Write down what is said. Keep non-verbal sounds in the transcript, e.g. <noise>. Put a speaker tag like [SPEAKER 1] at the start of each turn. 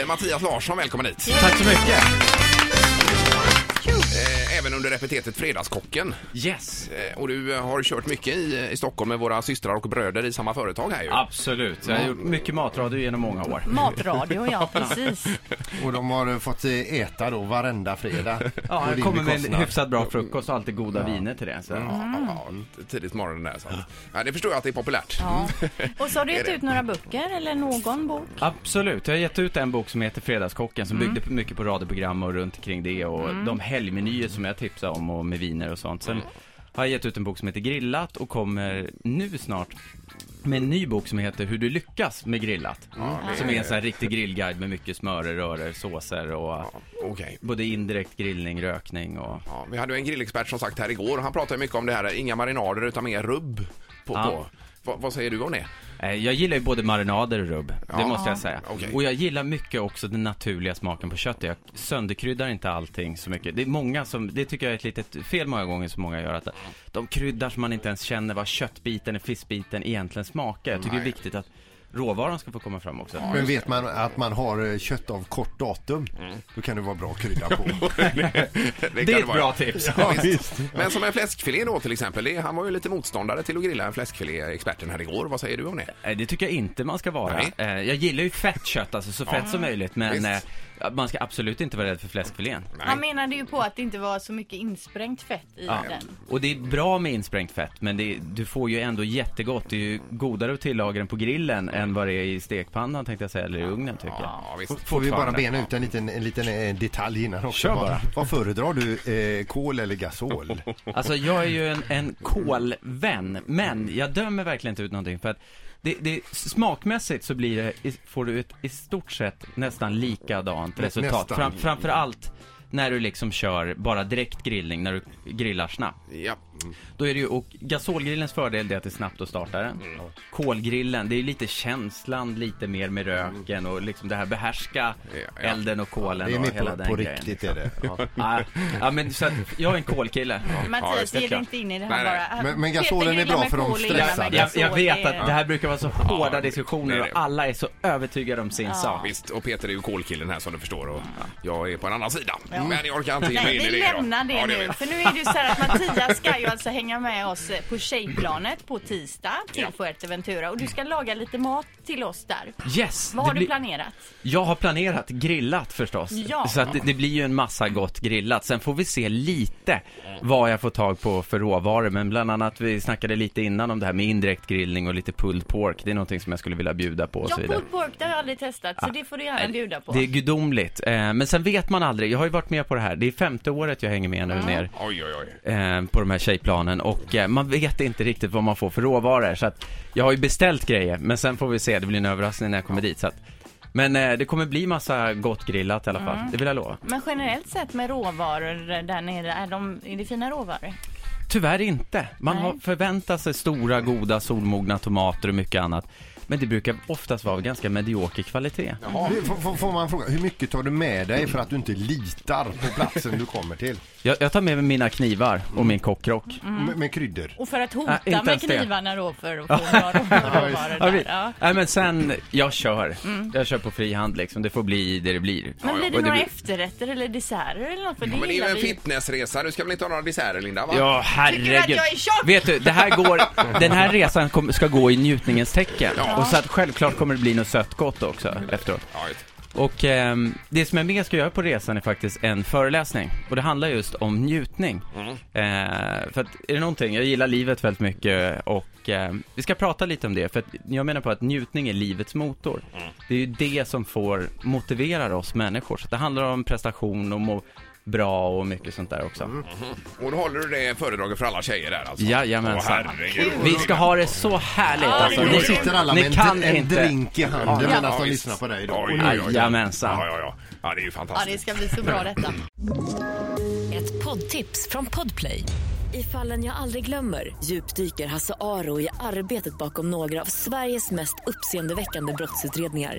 [SPEAKER 1] Eh, Mattias Larsson, välkommen hit.
[SPEAKER 2] Tack så mycket.
[SPEAKER 1] Eh, Även under repetetet Fredagskocken.
[SPEAKER 2] Yes.
[SPEAKER 1] Eh, Och du eh, har kört mycket i, i Stockholm med våra systrar och bröder i samma företag här ju.
[SPEAKER 2] Absolut. Jag har gjort mycket matradio genom många år.
[SPEAKER 3] Matradio, ja precis.
[SPEAKER 4] Och de har eh, fått eh, äta då varenda fredag.
[SPEAKER 2] <laughs> Ja,
[SPEAKER 4] på
[SPEAKER 2] jag
[SPEAKER 4] din
[SPEAKER 2] kommer med en
[SPEAKER 4] bekostnad.
[SPEAKER 2] hyfsat bra frukost och alltid goda viner till det. Så.
[SPEAKER 1] Ja, ja, ja, tidigt på morgonen där. Så. att- Ja, det förstår jag att det är populärt.
[SPEAKER 3] Ja. Och så har du
[SPEAKER 1] Är
[SPEAKER 3] gett
[SPEAKER 1] det?
[SPEAKER 3] ut några böcker eller någon bok.
[SPEAKER 2] Absolut. Jag har gett ut en bok som heter Fredagskocken som byggde på- mycket på radioprogram och runt omkring det och de helgmenyer som jag tipsade om och med viner och sånt. Sen har jag gett ut en bok som heter Grillat och kommer nu snart med en ny bok som heter Hur du lyckas med grillat. Som är en sån här riktig grillguide med mycket smörer, rörer, såser och
[SPEAKER 1] Ja, Okej.
[SPEAKER 2] både indirekt grillning, rökning och
[SPEAKER 1] Ja, vi hade ju en grillexpert som sagt här igår. Han pratade mycket om det här. Inga marinader utan mer rubb. På,
[SPEAKER 2] Ja.
[SPEAKER 1] på. Vad- vad säger du om det?
[SPEAKER 2] Eh, Jag gillar ju både marinader och rubb,
[SPEAKER 1] Ja.
[SPEAKER 2] det måste jag säga.
[SPEAKER 1] Okej.
[SPEAKER 2] Och jag gillar mycket också den naturliga smaken på köttet. Jag sönderkryddar inte allting så mycket. Det är många som, det tycker jag är ett litet fel många gånger som många gör, att de kryddar som man inte ens känner vad köttbiten eller fiskbiten egentligen smakar. Jag tycker det är viktigt att råvaran ska få komma fram också.
[SPEAKER 4] Men vet man att man har eh, kött av kort datum,
[SPEAKER 2] Mm.
[SPEAKER 4] då kan det vara bra att
[SPEAKER 2] <laughs>
[SPEAKER 4] krydda på.
[SPEAKER 1] kan
[SPEAKER 2] Det är ett
[SPEAKER 1] vara.
[SPEAKER 2] bra tips.
[SPEAKER 1] Ja, visst. Men som en fläskfilé då till exempel. Det, han var ju lite motståndare till att grilla en fläskfilé, experten här igår. Vad säger du om det?
[SPEAKER 2] Eh, Det tycker jag inte man ska vara.
[SPEAKER 1] Nej.
[SPEAKER 2] Eh, Jag gillar ju fett kött, alltså så fett som möjligt, men
[SPEAKER 1] Visst.
[SPEAKER 2] eh, man ska absolut inte vara rädd för fläskfilén.
[SPEAKER 3] Han menade ju på att det inte var så mycket insprängt fett i
[SPEAKER 2] Ja.
[SPEAKER 3] den.
[SPEAKER 2] Och det är bra med insprängt fett, men det, du får ju ändå jättegott. Det är ju godare att tillaga den på grillen än vad det är i stekpannan tänkte jag säga, eller i ugnen tycker jag.
[SPEAKER 1] Ja, visst.
[SPEAKER 4] F- Får vi bara
[SPEAKER 2] Fortfarande.
[SPEAKER 4] bena ut en liten, en liten eh, detalj innan också.
[SPEAKER 2] Kör bara.
[SPEAKER 4] Vad, vad föredrar du, eh, kol
[SPEAKER 2] <laughs>
[SPEAKER 4] eller gasol?
[SPEAKER 2] Alltså jag är ju en, en kolvän, men jag dömer verkligen inte ut någonting för att det, det, smakmässigt så blir det, i- får du ett i stort sett nästan likadant resultat.
[SPEAKER 4] nästan.
[SPEAKER 2] Fram, framförallt när du liksom kör bara direkt grillning, när du grillar snabbt.
[SPEAKER 1] Ja.
[SPEAKER 2] Då är det ju, och gasolgrillens fördel det är att det är snabbt att starta den. Kolgrillen, det är lite känslan lite mer med röken och liksom det här behärska
[SPEAKER 1] Ja, ja.
[SPEAKER 2] elden och kolen
[SPEAKER 4] Det är
[SPEAKER 2] och
[SPEAKER 4] mer
[SPEAKER 2] hela
[SPEAKER 4] på,
[SPEAKER 2] den
[SPEAKER 4] på
[SPEAKER 2] grejen. liksom.
[SPEAKER 4] riktigt är det.
[SPEAKER 2] <laughs> Ja, ja men så att, jag är en kolkille.
[SPEAKER 3] Mattias
[SPEAKER 2] det är
[SPEAKER 3] ger
[SPEAKER 2] klart.
[SPEAKER 3] inte in i det
[SPEAKER 1] Nej,
[SPEAKER 3] här
[SPEAKER 1] nej.
[SPEAKER 3] bara.
[SPEAKER 4] Men- men
[SPEAKER 3] Peter
[SPEAKER 4] gasolen är
[SPEAKER 3] grillar
[SPEAKER 4] bra
[SPEAKER 3] med
[SPEAKER 4] för de
[SPEAKER 3] kol, gillar med
[SPEAKER 2] Jag,
[SPEAKER 4] stressade.
[SPEAKER 2] jag,
[SPEAKER 3] gasol.
[SPEAKER 2] jag vet
[SPEAKER 3] Alltså, Det är-
[SPEAKER 2] att det här brukar vara så
[SPEAKER 1] Ja, det-
[SPEAKER 2] hårda
[SPEAKER 1] det
[SPEAKER 2] diskussioner
[SPEAKER 1] är
[SPEAKER 2] och
[SPEAKER 1] det.
[SPEAKER 2] alla är så övertygade om sin sak.
[SPEAKER 1] Visst, och Peter är ju kolkillen här som du förstår och jag är på en annan sida. Men jag orkar inte ge mig in
[SPEAKER 3] Nej,
[SPEAKER 1] i det.
[SPEAKER 3] vi
[SPEAKER 1] idag.
[SPEAKER 3] lämnar det,
[SPEAKER 1] Ja, gör
[SPEAKER 3] nu.
[SPEAKER 1] vi.
[SPEAKER 3] För nu är det ju så här
[SPEAKER 2] <laughs>
[SPEAKER 3] att Mattias ska ju alltså hänga med oss på tjejplanet på tisdag till
[SPEAKER 1] Ja.
[SPEAKER 3] Fuerteventura. Och du ska laga lite mat till oss där.
[SPEAKER 2] Yes!
[SPEAKER 3] Vad
[SPEAKER 2] det
[SPEAKER 3] har du
[SPEAKER 2] blir-
[SPEAKER 3] planerat?
[SPEAKER 2] Jag har planerat grillat förstås.
[SPEAKER 3] Ja.
[SPEAKER 2] Så att det, det blir ju en massa gott grillat. Sen får vi se lite vad jag får tag på för råvaror. Men bland annat, vi snackade lite innan om det här med indirekt grillning och lite pulled pork. Det är någonting som jag skulle vilja bjuda på och
[SPEAKER 3] Ja,
[SPEAKER 2] så vidare.
[SPEAKER 3] pulled pork, det har jag aldrig testat. Så det får du gärna bjuda på.
[SPEAKER 2] Det är gudomligt. Eh, men sen vet man aldrig. Jag har ju varit med på det här. Det är femte året jag hänger med nu ner
[SPEAKER 1] Oj, oj, oj.
[SPEAKER 2] eh, på de här tjejplanen och eh, man vet inte riktigt vad man får för råvaror. Så att jag har ju beställt grejer, men sen får vi se. Det blir en överraskning när jag kommer dit. Så att, men eh, det kommer bli massa gott grillat i alla
[SPEAKER 3] Mm.
[SPEAKER 2] fall. Det vill jag lova.
[SPEAKER 3] Men generellt sett med råvaror där nere, är, de, är det fina råvaror?
[SPEAKER 2] Tyvärr inte. Man
[SPEAKER 3] Nej.
[SPEAKER 2] har förväntat sig stora, goda, solmogna tomater och mycket annat. Men det brukar oftast vara av ganska medioker kvalitet.
[SPEAKER 4] Hur- får- får- Får man fråga, hur mycket tar du med dig för att du inte litar på platsen du kommer till?
[SPEAKER 2] Jag, jag tar med mig mina knivar och min kockrock.
[SPEAKER 3] Mm.
[SPEAKER 4] Med, med kryddor?
[SPEAKER 3] Och för att
[SPEAKER 2] Nej,
[SPEAKER 3] hota
[SPEAKER 2] inte
[SPEAKER 3] med
[SPEAKER 2] ens det.
[SPEAKER 3] knivarna då för att få bra råvaror
[SPEAKER 2] <laughs> Ja,
[SPEAKER 3] där.
[SPEAKER 2] vi-
[SPEAKER 3] Ja. Mm.
[SPEAKER 2] Nej men sen, jag kör. Jag kör på fri hand liksom. Det får bli det det blir.
[SPEAKER 3] Men blir det
[SPEAKER 2] Och
[SPEAKER 3] några efterrätter eller desserter eller något? För
[SPEAKER 1] Ja, men det är
[SPEAKER 3] det
[SPEAKER 1] ju
[SPEAKER 3] gillar
[SPEAKER 1] en
[SPEAKER 3] vi ju.
[SPEAKER 1] fitnessresa. Du ska väl inte ha några desserter, Linda? Va?
[SPEAKER 2] Ja,
[SPEAKER 3] Tycker du att
[SPEAKER 2] herregud.
[SPEAKER 3] jag är tjock?
[SPEAKER 2] Vet du, det här går,
[SPEAKER 3] <laughs>
[SPEAKER 2] den här resan kom, ska gå i njutningens tecken.
[SPEAKER 1] Ja.
[SPEAKER 2] Och så att självklart kommer det bli något sött gott också efteråt.
[SPEAKER 1] Ja, just.
[SPEAKER 2] Och ehm, det som jag mer ska göra på resan är faktiskt en föreläsning. Och det handlar just om njutning.
[SPEAKER 3] Mm.
[SPEAKER 2] Eh, för att, är det någonting, jag gillar livet väldigt mycket och ehm, vi ska prata lite om det. För att jag menar på att njutning är livets motor.
[SPEAKER 3] Mm.
[SPEAKER 2] Det är ju det som får motivera oss människor. Så det handlar om prestation och må bra och mycket sånt där också.
[SPEAKER 3] Mm.
[SPEAKER 1] Och då håller du det föredraget för alla tjejer där alltså?
[SPEAKER 2] Jajamensan.
[SPEAKER 1] Åh, herregud.
[SPEAKER 2] Vi ska ha det så härligt alltså.
[SPEAKER 1] oj,
[SPEAKER 4] Nu
[SPEAKER 1] oj.
[SPEAKER 2] Ni,
[SPEAKER 4] sitter alla
[SPEAKER 2] ni
[SPEAKER 4] med en,
[SPEAKER 2] kan
[SPEAKER 4] dr- en
[SPEAKER 2] inte.
[SPEAKER 4] drink i handen medan de
[SPEAKER 1] visst.
[SPEAKER 4] lyssnar på dig idag.
[SPEAKER 1] Oj, oj, oj, oj.
[SPEAKER 2] Jajamensan.
[SPEAKER 1] Ja, ja, ja. ja, det är ju
[SPEAKER 3] Ja,
[SPEAKER 1] fantastiskt.
[SPEAKER 3] det ska bli så bra detta.
[SPEAKER 5] Ett poddtips från Podplay. I fallen jag aldrig glömmer djupdyker Hasse Aro i arbetet bakom några av Sveriges mest uppseendeväckande brottsutredningar.